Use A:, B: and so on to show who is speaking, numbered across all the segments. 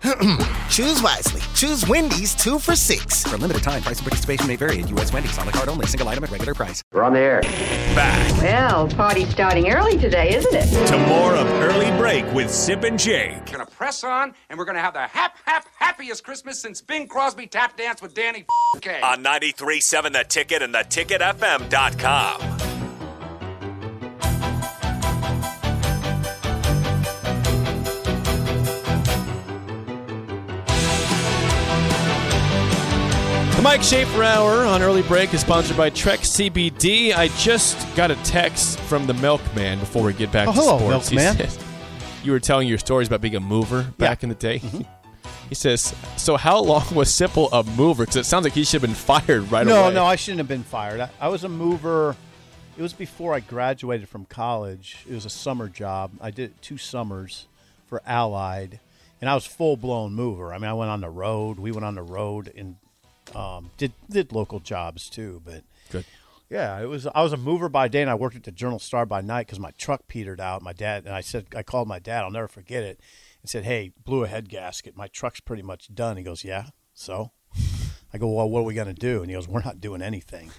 A: Choose wisely. Choose Wendy's two for six.
B: For a limited time, price and participation may vary at U.S. Wendy's on the card only, single item at regular price.
C: We're on the air.
D: Back
E: Well, party's starting early today, isn't it?
D: to more of Early Break with Sip and Jake.
F: We're gonna press on, and we're gonna have the hap hap happiest Christmas since Bing Crosby tap danced with Danny K.
D: On 93.7 The Ticket and theticketfm.com.
G: The Mike Schaefer Hour on Early Break is sponsored by Trek CBD. I just got a text from the milkman before we get back
H: Oh,
G: to
H: hello,
G: sports. He
H: milkman.
G: says- you were telling your stories about being a mover back in the day.
H: Mm-hmm.
G: He says, so how long was Sipple a mover? Because it sounds like he should have been fired right
H: no,
G: away.
H: no, I shouldn't have been fired. I, I was a mover. It was before I graduated from college. It was a summer job. I did it two summers for Allied, and I was full blown mover. I mean, I went on the road. We went on the road and um, did did local jobs too. But
G: Good.
H: yeah, it was. I was a mover by day, and I worked at the Journal Star by night because my truck petered out. My dad and I said I called my dad. I'll never forget it. And said, "Hey, blew a head gasket. My truck's pretty much done." He goes, "Yeah, so." I go, "Well, what are we gonna do?" And he goes, "We're not doing anything.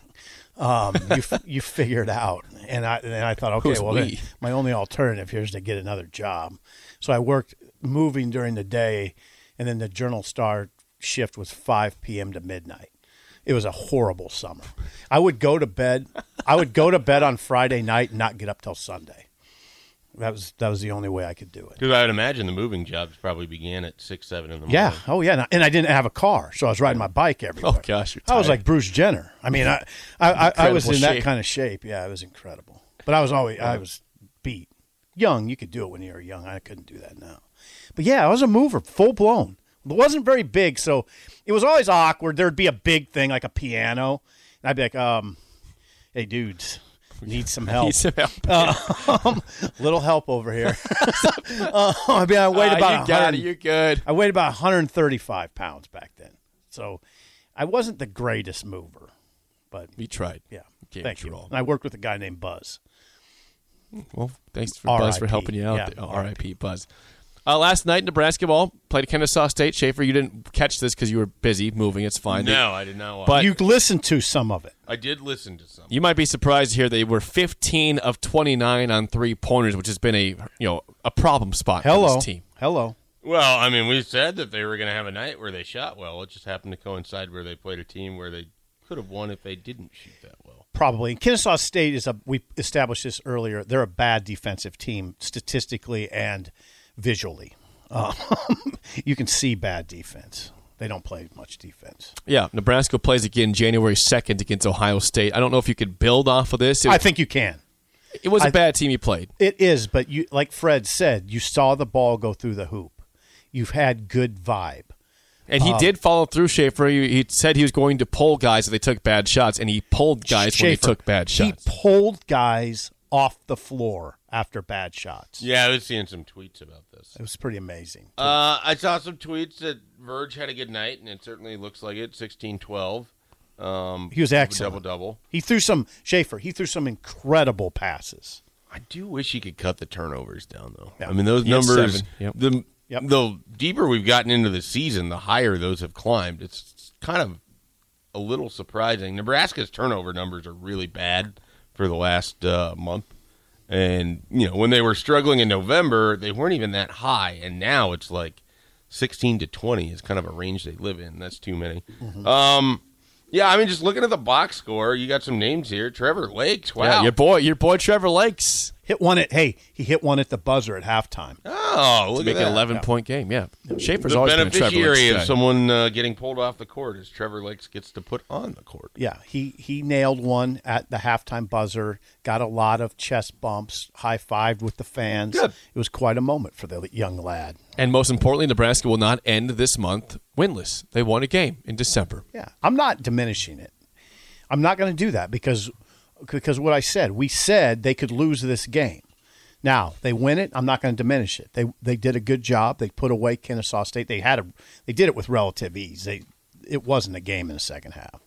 H: Um, you f- you figure it out." And I and I thought, okay,
G: Who's
H: well, then
G: we?
H: my only alternative here is to get another job. So I worked moving during the day, and then the Journal Star shift was 5 p.m. to midnight. It was a horrible summer. I would go to bed. I would go to bed on Friday night and not get up till Sunday. That was that was the only way I could do it.
I: Because I would imagine the moving jobs probably began at six, seven in the morning.
H: Yeah. Oh yeah. And I- And I didn't have a car, so I was riding my bike everywhere.
G: Oh, gosh, you're
H: I
G: tired.
H: was like Bruce Jenner. I mean, I I, I, I was
G: Incredible
H: in that
G: shape.
H: kind of shape. Yeah, it was incredible. But I was always I was beat. Young, you could do it when you were young. I couldn't do that now. But yeah, I was a mover, full blown. It wasn't very big, so it was always awkward. There'd be a big thing like a piano, and I'd be like, um, "Hey, dudes, need some help."
G: Need some help.
H: um, little help over here. uh, I mean, I weighed
G: Ah,
H: about
G: you got
H: 100
G: it. You're good.
H: I weighed about 135 pounds back then, so I wasn't the greatest mover, but
G: We tried.
H: yeah,
G: Can't
H: thank you.
G: control.
H: And I worked with a guy named Buzz.
G: Well, thanks for
H: R.I.P..
G: Buzz for helping you out.
H: Yeah,
G: there. Oh, R.I.P. Buzz. Uh, last night, Nebraska ball played Kennesaw State. Schaefer, you didn't catch this because you were busy moving. It's fine.
I: No, I did not watch.
G: But-
H: You listened to some of it.
I: I did listen to some.
G: You might be surprised to hear they were 15 of 29 on three pointers, which has been a you know a problem spot for
H: Hello,
G: this team.
H: hello.
I: Well, I mean, we said that they were going to have a night where they shot well. It just happened to coincide where they played a team where they could have won if they didn't shoot that well.
H: Probably. And Kennesaw State is a, we established this earlier, they're a bad defensive team statistically and visually. Um, you can see bad defense. They don't play much defense.
G: Yeah, Nebraska plays again January 2nd against Ohio State. I don't know if you could build off of this. It,
H: I think you can.
G: it was a
H: I-
G: bad team you played.
H: It is, but you like Fred said, you saw the ball go through the hoop. You've had good vibe.
G: And he did follow through, Schaefer. He, he said he was going to pull guys if they took bad shots, and he pulled guys when they
H: Schaefer,
G: took bad shots.
H: He pulled guys off the floor after bad shots.
I: Yeah, I was seeing some tweets about this.
H: It was pretty amazing.
I: Uh, I saw some tweets that Verge had a good night, and it certainly looks like it. 16-12. Um,
H: He was excellent.
I: Double double.
H: He threw some Schaefer, he threw some incredible passes.
I: I do wish he could cut the turnovers down, though.
H: Yeah.
I: I mean, those
G: He had
I: numbers.
G: seven. Yep.
I: The
H: Yep.
I: the deeper we've gotten into the season, the higher those have climbed. It's kind of a little surprising. Nebraska's turnover numbers are really bad for the last uh, month, and you know when they were struggling in November, they weren't even that high, and now it's like sixteen to twenty is kind of a range they live in. That's too many.
G: Mm-hmm.
I: Um. Yeah, I mean, just looking at the box score, you got some names here. Trevor Lakes, wow,
G: Yeah, your boy, your boy Trevor Lakes
H: Hit one at hey, he hit one at the buzzer at halftime.
I: oh,
G: to
I: look
G: make
I: at
G: an
I: that.
G: 11 point game. Yeah, Schaefer's
I: the
G: always been a Trevor Lakes
I: beneficiary
G: guy.
I: of someone uh, getting pulled off the court is Trevor Lakes gets to put on the court.
H: Yeah, he he nailed one at the halftime buzzer. Got a lot of chest bumps, high fived with the fans.
I: Good.
H: It was quite a moment for the young lad.
G: And most importantly, Nebraska will not end this month winless. They won a game in December.
H: Yeah, I'm not diminishing it. I'm not going to do that because because what I said, we said they could lose this game. Now they win it. I'm not going to diminish it. They they did a good job. They put away Kennesaw State. They had a they did it with relative ease. They it wasn't a game in the second half.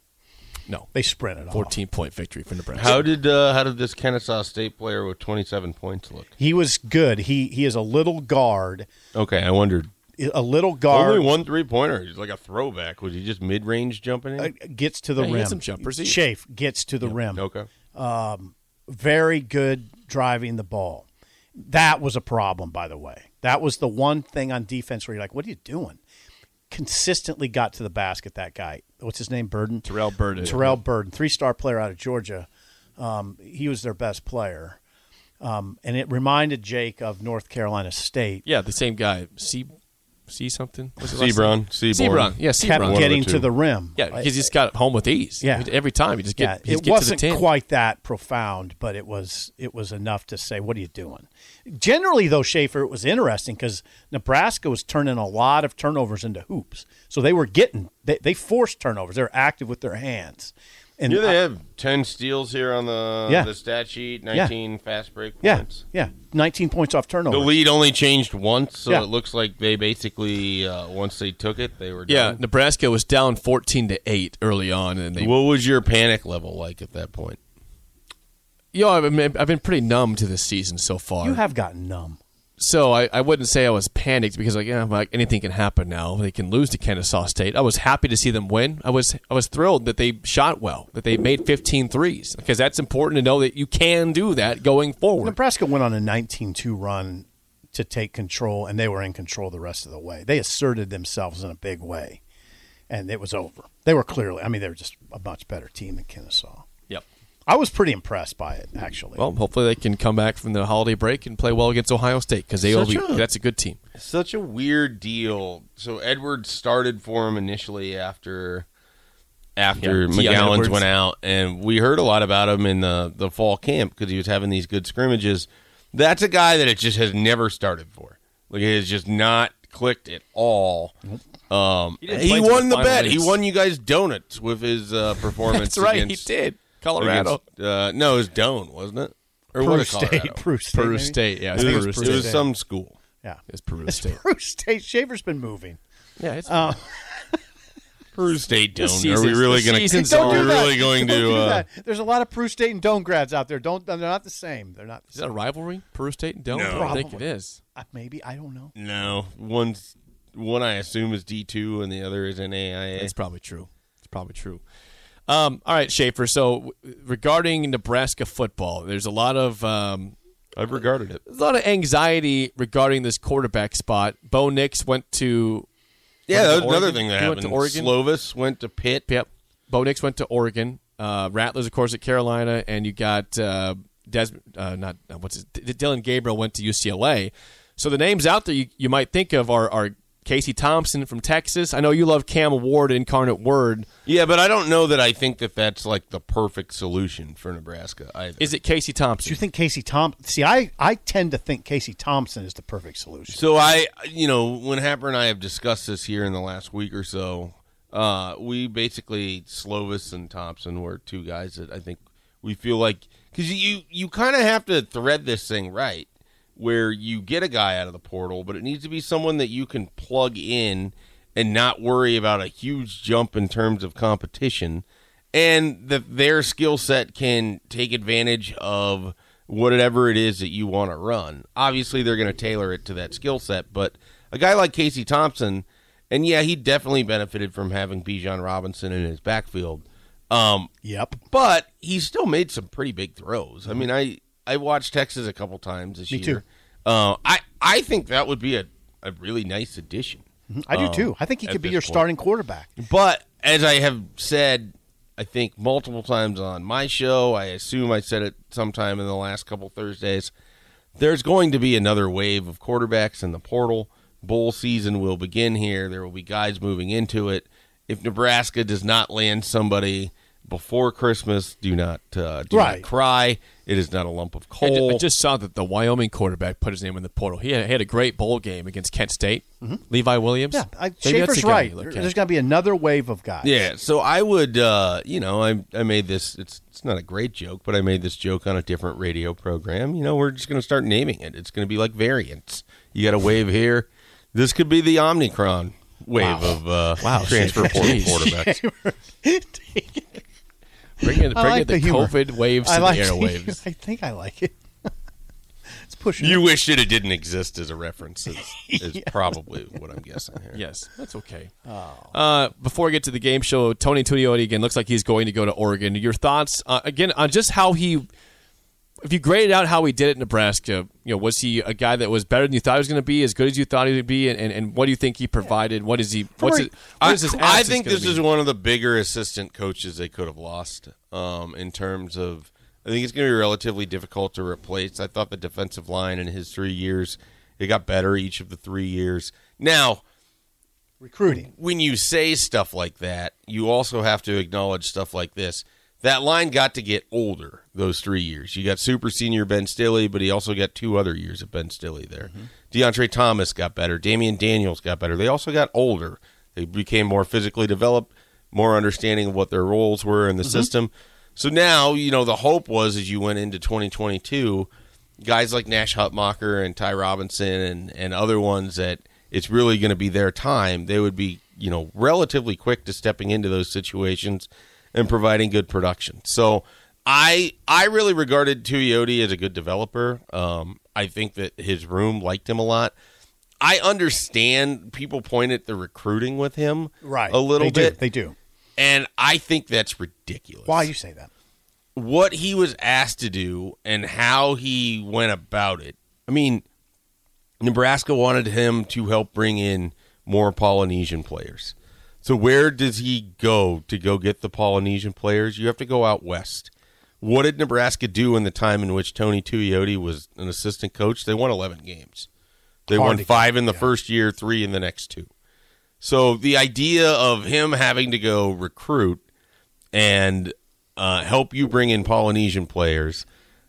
G: No,
H: They sprinted off.
G: fourteen point victory for Nebraska.
I: How did uh, how did this Kennesaw State player with 27 points look?
H: He was good. He he is a little guard,
I: Okay, I wondered.
H: a little guard.
I: Only one three pointer. He's like a throwback. Was he just mid range jumping in?
H: uh, gets to the
G: Yeah, he
H: rim.
G: had some jumpers. He-
H: Shafe gets to the rim.
I: okay.
H: Very good driving the ball. That was a problem, by the way. That was the one thing on defense where you're like, what are you doing? Consistently got to the basket, that guy. What's his name? Burden?
G: Terrell Burden.
H: Terrell Burden, three star player out of Georgia. Um, he was their best player. Um, and it reminded Jake of North Carolina State.
G: Yeah, the same guy. See, see something. What's his last
I: Sebron.
G: name? Sebron.
I: Sebron.
G: Yeah,
H: Kept
G: Sebron.
H: getting
I: two.
H: to the rim.
G: Yeah, because he's got home with ease.
H: Yeah.
G: every time you just
H: yeah,
G: get. he's
H: it
G: get
H: wasn't
G: to the 10.
H: quite that profound, but it was it was enough to say, "What are you doing?" Generally, though, Schaefer, it was interesting because Nebraska was turning a lot of turnovers into hoops, so they were getting they, they forced turnovers. They were active with their hands, and
I: Yeah,
H: I-
I: they have 10 steals here on the
H: Yeah.
I: the stat sheet, 19 fast break
H: yeah,
I: points.
H: yeah, nineteen points off turnovers.
I: The lead only changed once, so
H: Yeah.
I: it looks like they basically uh, once they took it, they were
G: Yeah,
I: done.
G: Nebraska was down fourteen to eight early on, and they.
I: What was your panic level like at that point?
G: you know, I've been, I've been pretty numb to this season so far.
H: You have gotten numb.
G: so I, I wouldn't say I was panicked because like, yeah, like anything can happen now. They can lose to Kennesaw State. I was happy to see them win. I was I was thrilled that they shot well, that they made 15 threes because that's important to know that you can do that going forward.
H: Nebraska went on a 19-2 run to take control, and they were in control the rest of the way. They asserted themselves in a big way, and it was over. They were clearly, I mean, they were just a much better team than Kennesaw.
G: Yep.
H: I was pretty impressed by it, actually.
G: Well, hopefully they can come back from the holiday break and play well against Ohio State because they will be.
I: Such a-
G: That's a good team.
I: Such a weird deal. So Edwards started for him initially after after
G: Yeah, Keon
I: McGowan's
G: Edwards.
I: went out, and we heard a lot about him in the the fall camp because he was having these good scrimmages. That's a guy that it just has never started for. Like it has just not clicked at all. Um, he,
G: play till
I: won
G: the final
I: the bet. He
G: weeks.
I: won you guys donuts with his uh, performance.
G: That's right.
I: against-
G: he did. Colorado.
I: Against, uh, no, it was Doan, wasn't it? Or
H: Peru
I: was it
H: State,
I: Colorado?
H: Peru State,
G: Peru
H: maybe?
G: State. Yeah, it's
I: It was,
G: Peru
I: it
G: State.
I: was some school.
H: Yeah,
G: It's Peru State.
H: Peru State. Shaver's been moving.
G: Yeah, it's
I: Peru State don't.
G: season's-
I: Are we really
G: the
I: going to?
G: season's
I: Are
G: Don't
I: we
G: do
I: really going
H: Don't
I: to?
H: do
I: Uh,
H: that. There's a lot of Peru State and Doan grads out there. Don't they're not the same. They're not. The
G: is that
H: same.
G: a rivalry? Peru State and Dome? I don't think it
H: Probably.
G: is.
H: Uh, Maybe I don't know.
I: no, one's one I assume is D two, and the other is an AIA.
G: It's probably true. It's probably true. Um, all right, Schaefer. So w- regarding Nebraska football, there's a lot of um,
I: I've regarded it.
G: there's a lot of anxiety regarding this quarterback spot. Bo Nix went to
I: Yeah, that was
G: to
I: another
G: Oregon?
I: thing that
G: He went
I: happened.
G: to Oregon?
I: Slovis went to Pitt.
G: yep. Bo Nix went to Oregon. Uh, Rattlers, of course, at Carolina, and you got uh, Des uh, not uh, what's his, D- Dylan Gabriel went to UCLA. So the names out there you, you might think of are, are Casey Thompson from Texas. I know you love Cam Ward, Incarnate Word.
I: Yeah, but I don't know that I think that that's like the perfect solution for Nebraska either.
G: Is it Casey
H: Do you
G: Thompson?
H: think Casey Tom? See, I I tend to think Casey Thompson is the perfect solution.
I: So I, you know, when Happer and I have discussed this here in the last week or so, uh, we basically Slovis and Thompson were two guys that I think we feel like because you you kind of have to thread this thing right where you get a guy out of the portal, but it needs to be someone that you can plug in and not worry about a huge jump in terms of competition, and that their skill set can take advantage of whatever it is that you want to run. Obviously, they're going to tailor it to that skill set, but a guy like Casey Thompson, and yeah, he definitely benefited from having Bijan Robinson in his backfield. Um,
H: Yep.
I: but he still made some pretty big throws. I mean, I I watched Texas a couple times this
H: Me
I: year. Uh, I I think that would be a, a really nice addition.
H: I do too. I think he
I: Um, at
H: could be
I: this
H: your
I: point.
H: starting quarterback.
I: But as I have said, I think multiple times on my show, I assume I said it sometime in the last couple Thursdays. There's going to be another wave of quarterbacks in the portal. Bowl season will begin here. There will be guys moving into it. If Nebraska does not land somebody before Christmas. Do not uh, do
H: Right.
I: not cry. It is not a lump of
G: I ju-
I: coal.
G: I just saw that the Wyoming quarterback put his name in the portal. He had, he had a great bowl game against Kent State. Levi Williams.
H: Mm-hmm. Yeah, I,
G: Maybe that's the
H: Schaefer's
G: guy
H: right.
G: you look
H: There-
G: at.
H: There's going to be another wave of guys.
I: Yeah, so I would, uh, you know, I I made this. It's it's not a great joke, but I made this joke on a different radio program. You know, we're just going to start naming it. It's going to be like variants. You got a wave here. This could be the Omnicron wave of uh, transfer portal
G: Jeez.
I: quarterbacks.
G: Bring in, bring
H: I like
G: in the,
H: the humor.
G: COVID waves
H: I
G: to
H: like
G: the airwaves.
H: I think I like it. it's pushing.
I: You
H: it.
I: wish that it didn't exist as a reference is, is probably what I'm guessing here.
G: yes, that's okay.
I: Oh.
G: Uh, before I get to the game show, Tony Tuioti again looks like he's going to go to Oregon. Your thoughts uh, again on just how he, if you graded out how he did at Nebraska, you know, was he a guy that was better than you thought he was going to be, as good as you thought he would be, and, and, and what do you think he provided? What is he? What's
H: where-
G: it? What is his
I: I, I
G: absence
I: think
G: gonna
I: this
G: be?
I: is one of the bigger assistant coaches they could have lost um, in terms of. I think it's going to be relatively difficult to replace. I thought the defensive line in his three years, it got better each of the three years. Now,
H: recruiting.
I: when you say stuff like that, you also have to acknowledge stuff like this. That line got to get older those three years. You got super senior Ben Stilley, but he also got two other years of Ben Stilley there.
G: Mm-hmm.
I: DeAndre Thomas got better. Damian Daniels got better. They also got older. They became more physically developed, more understanding of what their roles were
H: Mm-hmm.
I: in the system. So now, you know, the hope was as you went into 2022, guys like Nash Hutmacher and Ty Robinson and, and other ones that it's really going to be their time, they would be, you know, relatively quick to stepping into those situations and providing good production. So I I really regarded Tuioti as a good developer. Um, I think that his room liked him a lot. I understand people point at the recruiting with him
H: Right.
I: a little
H: They do.
I: bit,
H: They do.
I: and I think that's ridiculous
H: Why you say that?
I: what he was asked to do and how he went about it. I mean, Nebraska wanted him to help bring in more Polynesian players. So where does he go to go get the Polynesian players? You have to go out west. What did Nebraska do in the time in which Tony Tuioti was an assistant coach? They won 11 games. They
H: Hard
I: won
H: to-
I: five in the first year, three in the next two. So the idea of him having to go recruit and uh, help you bring in Polynesian players.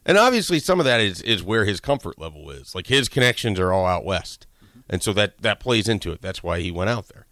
I: And obviously, some of that is is where his comfort level is. Like his connections are all out west, and so that that plays into it. That's why he went out there.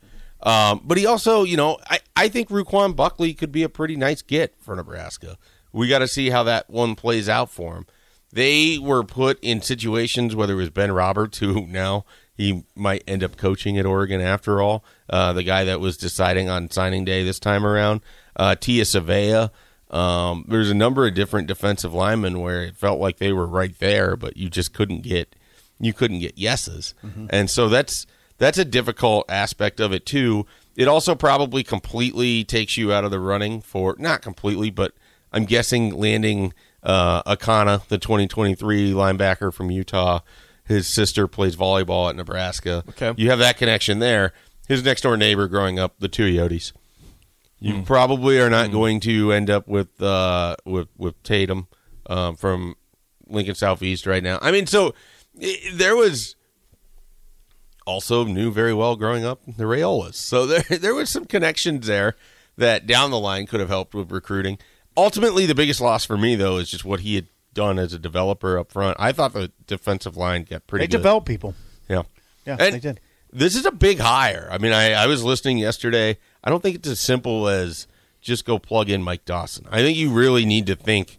I: Um, but he also, you know, I I think Ruquan Buckley could be a pretty nice get for Nebraska. We got to see how that one plays out for him. They were put in situations, whether it was Ben Roberts, who now he might end up coaching at Oregon after all, uh, the guy that was deciding on signing day this time around, uh, Tia Savea. Um, there's a number of different defensive linemen where it felt like they were right there, but you just couldn't get you couldn't get yeses, and so that's that's a difficult aspect of it too. It also probably completely takes you out of the running for not completely, but I'm guessing landing uh, Akana, the 2023 linebacker from Utah. His sister plays volleyball at Nebraska.
G: Okay.
I: you have that connection there. His next door neighbor growing up, the Tuiotis. You probably are not going to end up with uh, with with Tatum um, from Lincoln Southeast right now. I mean, so i there was also knew very well growing up the Rayolas. So there there was some connections there that down the line could have helped with recruiting. Ultimately, the biggest loss for me though is just what he had done as a developer up front. I thought the defensive line got pretty
H: They
I: good.
H: develop people.
I: Yeah.
H: Yeah,
I: And
H: they did.
I: This is a big hire. I mean, I, I was listening yesterday. I don't think it's as simple as just go plug in Mike Dawson. I think you really need to think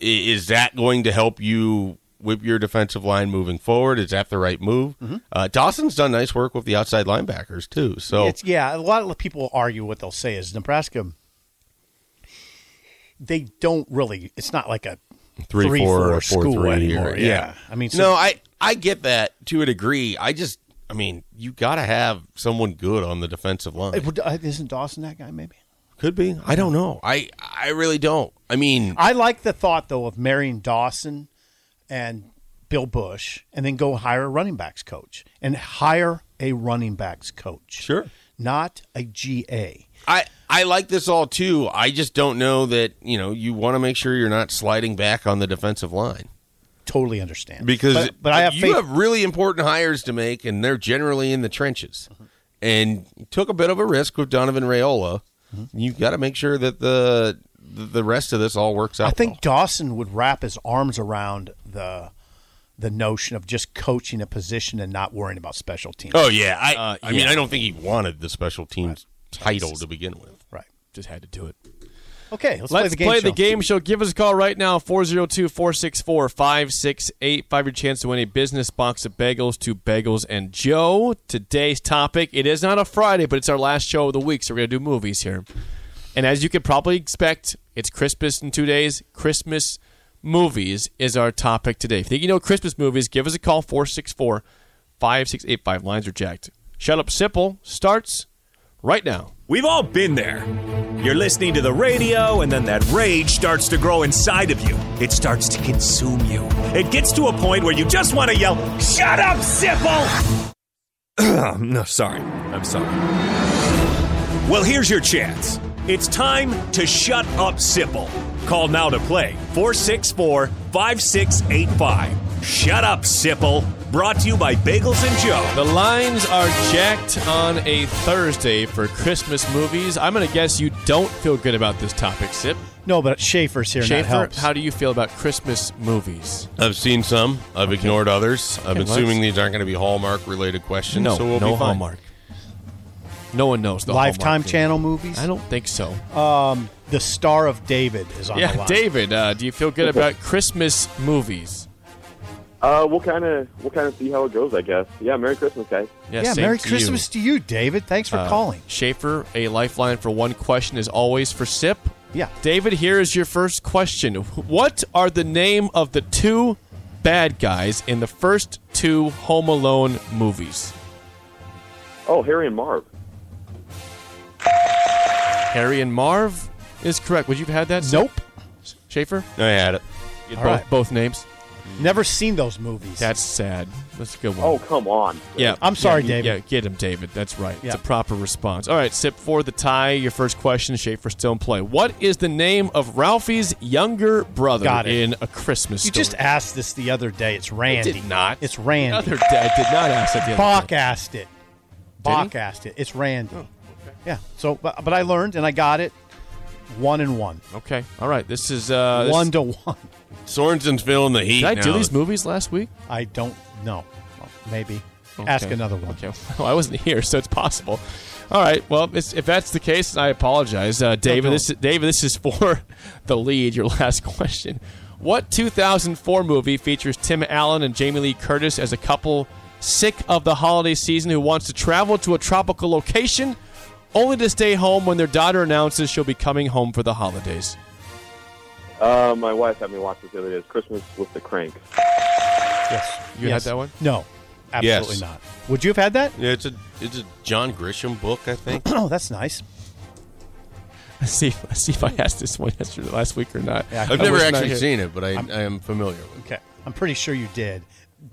I: i- is that going to help you whip your defensive line moving forward? Is that the right move?
H: Mm-hmm.
I: Uh, Dawson's done nice work with the outside linebackers, too. So
H: It's yeah. A lot of people argue what they'll say is Nebraska. They don't really. It's not like a
I: Three, four, or four,
H: school
I: three,
H: anymore.
I: or-
H: yeah.
I: yeah.
H: I mean, so
I: no, I I get that to a degree. I just, I mean, you got to have someone good on the defensive line.
H: it would- uh, isn't Dawson that guy? Maybe.
I: Could be. I don't know. I I really don't. I mean,
H: I like the thought though of marrying Dawson and Bill Bush, and then go hire a running backs coach and hire a running backs coach.
I: Sure.
H: Not a GA.
I: I I like this all too. I just don't know that you know you want to make sure you're not sliding back on the defensive line
H: Totally understand
I: because
H: but, but I have
I: you
H: faith.
I: have really important hires to make, and they're generally in the trenches.
H: Mm-hmm.
I: And you took a bit of a risk with Donovan Rayola. You've got to make sure that the th- the rest of this all works out.
H: I think Dawson would wrap his arms around the the notion of just coaching a position and not worrying about special teams.
I: well. Oh yeah, I
H: Uh,
I: I mean
G: yeah.
I: I don't think he wanted the special teams title to begin with.
H: Right.
G: Just had to do it.
H: Okay, let's, play
G: Let's
H: the game. show.
G: show. Give us a call right now, 402 464 5685. Your chance to win a business box of bagels to Bagels and Joe. Today's topic, it is not a Friday, but it's our last show of the week, so we're going to do movies here. And as you could probably expect, it's Christmas in two days. Christmas movies is our topic today. If you think you know Christmas movies, give us a call, 464 5685. Lines are jacked. Shut Up Simple starts right now.
D: We've all been there. You're listening to the radio, and then that rage starts to grow inside of you. It starts to consume you. It gets to a point where you just want to yell, Shut up, Sipple! no, sorry. I'm sorry. Well, here's your chance. It's time to shut up, Sipple. Call now to play 464 5685. Shut up, Sipple. Brought to you by Bagels and Joe.
G: The lines are jacked on a Thursday for Christmas movies. I'm going to guess you don't feel good about this topic, Sip.
H: No, but Schaefer's here. and that
G: Schaefer,
H: helps.
G: how do you feel about Christmas movies?
I: I've seen some. I've ignored others. I'm
G: Okay, let's-
I: assuming these aren't going to be Hallmark related questions.
G: No,
I: so we'll
G: no
I: be fine.
G: Hallmark. No one knows the
H: Lifetime
G: Hallmark thing.
H: Channel movies?
G: I don't think so.
H: the Star of David is on the
G: yeah,
H: line.
G: David, uh, do you feel good about Christmas movies?
C: Uh, we'll kind of we'll kind of see how it goes, I guess. Yeah, Merry Christmas, guys.
H: Yeah,
G: same
H: Merry
G: to you.
H: Christmas to you, David. Thanks for
G: Uh,
H: calling.
G: Schaefer, a lifeline for one question is always for Sip.
H: Yeah.
G: David, here is your first question. What are the name of the two bad guys in the first two Home Alone movies?
C: Oh, Harry and Marv.
G: Harry and Marv is correct. Would you have had that? Sip?
H: Nope.
G: Schaefer?
I: I had it.
G: All
H: right.
G: both, both names.
H: Never seen those movies.
G: That's sad. That's a good one.
C: Oh, come on.
G: yeah.
H: I'm sorry,
G: Yeah, you-
H: David.
G: Yeah, get him, David. That's right.
H: Yeah.
G: It's a proper response. All right, Sip for the tie. Your first question, Schaefer still in play. What is the name of Ralphie's younger brother
H: Got it.
G: in A Christmas
H: you
G: Story?
H: just asked this the other day. It's Randy.
G: did not.
H: It's Randy.
G: Other day, I did not ask that the other
H: Bach
G: day.
H: asked
G: he?
H: it.
G: Oh,
H: Bach asked it. It's Randy. Yeah. So, but, but I learned and I got it. One and one.
G: Okay. All right. This is uh, this-
H: one to one.
I: Sorensen's feeling the heat.
G: Did I
I: now.
G: do these movies last week?
H: I don't know. Well, Maybe. Ask
G: Okay.
H: another one.
G: Okay. Well, I wasn't here, so it's possible. All right. Well, it's, if that's the case, I apologize, uh, David.
H: don't.
G: This is, David, this is for the lead. Your last question. What 2004 movie features Tim Allen and Jamie Lee Curtis as a couple sick of the holiday season who wants to travel to a tropical location, only to stay home when their daughter announces she'll be coming home for the holidays?
C: Uh, my wife had me watch this the other day. It's Christmas with the Crank.
H: Yes.
G: You
H: Yes.
G: had that one?
H: No. Absolutely
I: Yes.
H: not. Would you have had that?
I: Yeah, it's a it's a John Grisham book, I think.
H: Oh, that's nice.
G: Let's see, if- let's see if I asked this one yesterday, last week or not.
H: Yeah.
I: I've
G: I
I: never
G: was not
I: actually
G: here.
I: seen it, but I, I am familiar with. it.
H: Okay. I'm pretty sure you did.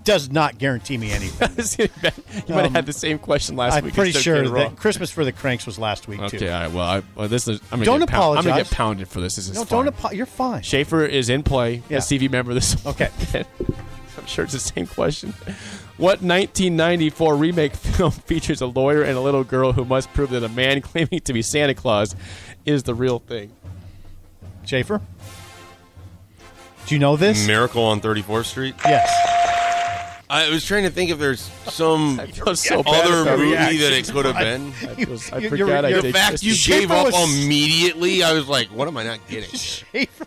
H: Does not guarantee me anything.
G: you might have had the same question last
H: Um, I'm
G: week.
H: pretty
G: It's okay
H: sure
G: to roll.
H: that Christmas for the Cranks was last week
G: Okay,
H: too.
G: all right. Well, I, well this is. I'm gonna
H: Don't
G: get pound- I'm gonna
H: apologize.
G: get pounded for this. This is
H: No,
G: fine.
H: don't apologize. You're fine.
G: Schaefer is in play.
H: Yeah.
G: Yeah. Steve, you remember this? one.
H: Okay.
G: I'm sure it's the same question. What 1994 remake film features a lawyer and a little girl who must prove that a man claiming to be Santa Claus is the real thing?
H: Schaefer, do you know this?
I: Miracle on 34th Street.
H: yes.
I: I was trying to think if there's some
G: I feel so bad
I: other
G: about
I: movie
G: it.
I: that it could have been.
G: I, was- I
H: You-
G: forgot
H: you're-
G: I
H: you're
G: did.
I: The fact you
H: Schaefer
I: gave up
H: was-
I: immediately, I was like, what am I not getting?
H: Schaefer.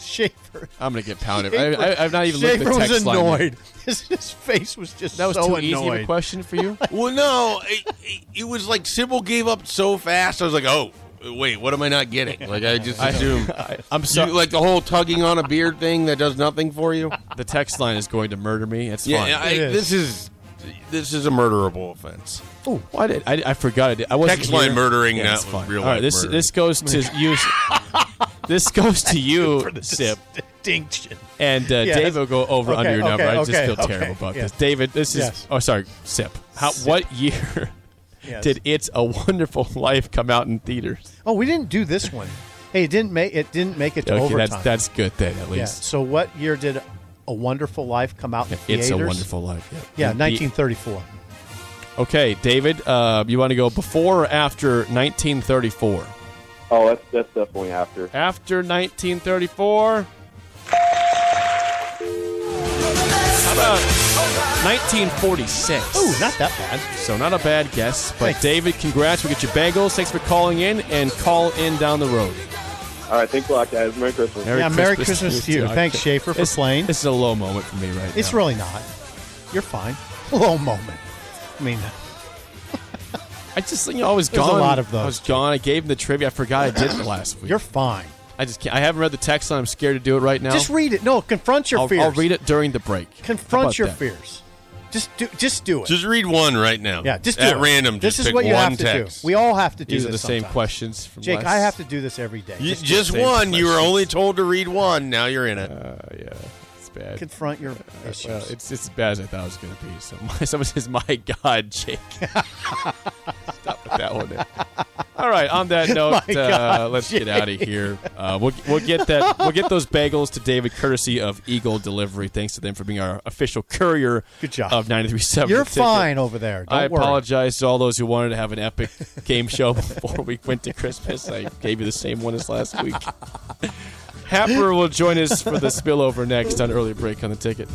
H: Schaefer.
G: I'm gonna get pounded. I,
H: Schaefer-
G: I, I've not even looked at
H: Schaefer
G: the text
H: was
G: line.
H: annoyed. His, his face was just
G: That was
H: so
G: too
H: annoyed.
G: easy of a question for you.
I: well, no, it, it- it was like Sybil gave up so fast. I was like, oh, wait, what am I not getting? Like, I just assumed.
G: I, I'm
I: You-
G: sorry.
I: like the whole tugging on a beard thing that does nothing for you.
G: the text line is going to murder me. It's fine.
I: Yeah, I,
H: It is.
I: this is this is a murderable offense.
G: Oh, why did I, I forgot I did. I wasn't
I: Text line
G: here.
I: murdering,
G: Yeah,
I: not
G: it's fine.
I: real
G: All right,
I: life
G: this
I: murder.
G: this goes to you. this goes to you, Sip,
H: Distinction.
G: and uh,
H: Yes.
G: Dave will go over
H: Okay,
G: under your number.
H: okay,
G: I just
H: okay,
G: feel
H: okay,
G: terrible about
H: yeah.
G: this, David. This is
H: Yes.
G: oh sorry, Sip. How what year
H: Yes.
G: did It's a Wonderful Life come out in theaters?
H: Oh, we didn't do this one. Hey, it didn't make it didn't make it to
G: Okay,
H: overtime.
G: that's that's good then at
H: yeah.
G: least.
H: So what year did A Wonderful Life come out in
G: It's
H: theaters?
G: a Wonderful Life.
H: Yeah,
G: The-
H: 1934.
G: Okay, David, uh, you want to go before or after 1934?
C: Oh, that's that's definitely after.
G: After 1934. How about 1946?
H: Ooh, not that bad.
G: So not a bad guess, but
H: Thanks.
G: David, congrats. We get your bagels. Thanks for calling in and call in down the road.
C: All right, thanks a lot, guys. Merry Christmas.
G: Merry
H: yeah, Merry Christmas to you.
G: too.
H: Thanks, Schaefer, for
G: This-
H: playing.
G: This is a low moment for me right
H: It's
G: now.
H: really not. You're fine. Low moment. I mean,
G: I just think I was
H: There's a
G: gone.
H: lot of
G: I
H: those.
G: was gone. I gave him the trivia. I forgot I did it last week.
H: you're fine.
G: I just can't. I haven't read the text line. I'm scared to do it right now.
H: Just read it. No, confront your
G: I'll,
H: fears.
G: I'll read it during the break. How about
H: Confront your
G: that?
H: fears. Just do. Just do it.
I: Just read one right now.
H: yeah. Just do
I: at
H: it.
I: random.
H: This
I: just
H: is
I: pick
H: what you
I: one
H: have
I: text.
H: to do. We all have to do.
G: These are the
H: this
G: same
H: sometimes.
G: questions from
H: Jake,
G: last-
H: I have to do this every day.
I: You-
H: Just
I: just
G: same
I: one. You were
G: question.
I: only told to read one. Now you're in it.
G: Oh, It's bad.
H: confront your issues.
G: well, it's it's as bad as I thought it was going to be. So my, someone says, "My God, Jake." Stop with that one. There. All right. On that note,
H: My
G: uh,
H: God,
G: let's get out of here. Uh, we'll we'll get that we'll get those bagels to David courtesy of Eagle Delivery. Thanks to them for being our official courier.
H: Good job.
G: of ninety three seven.
H: you're fine over there. Don't
G: I
H: worry.
G: apologize to all those who wanted to have an epic game show before we went to Christmas. I gave you the same one as last week. Happer will join us for the spillover next on early break on the ticket.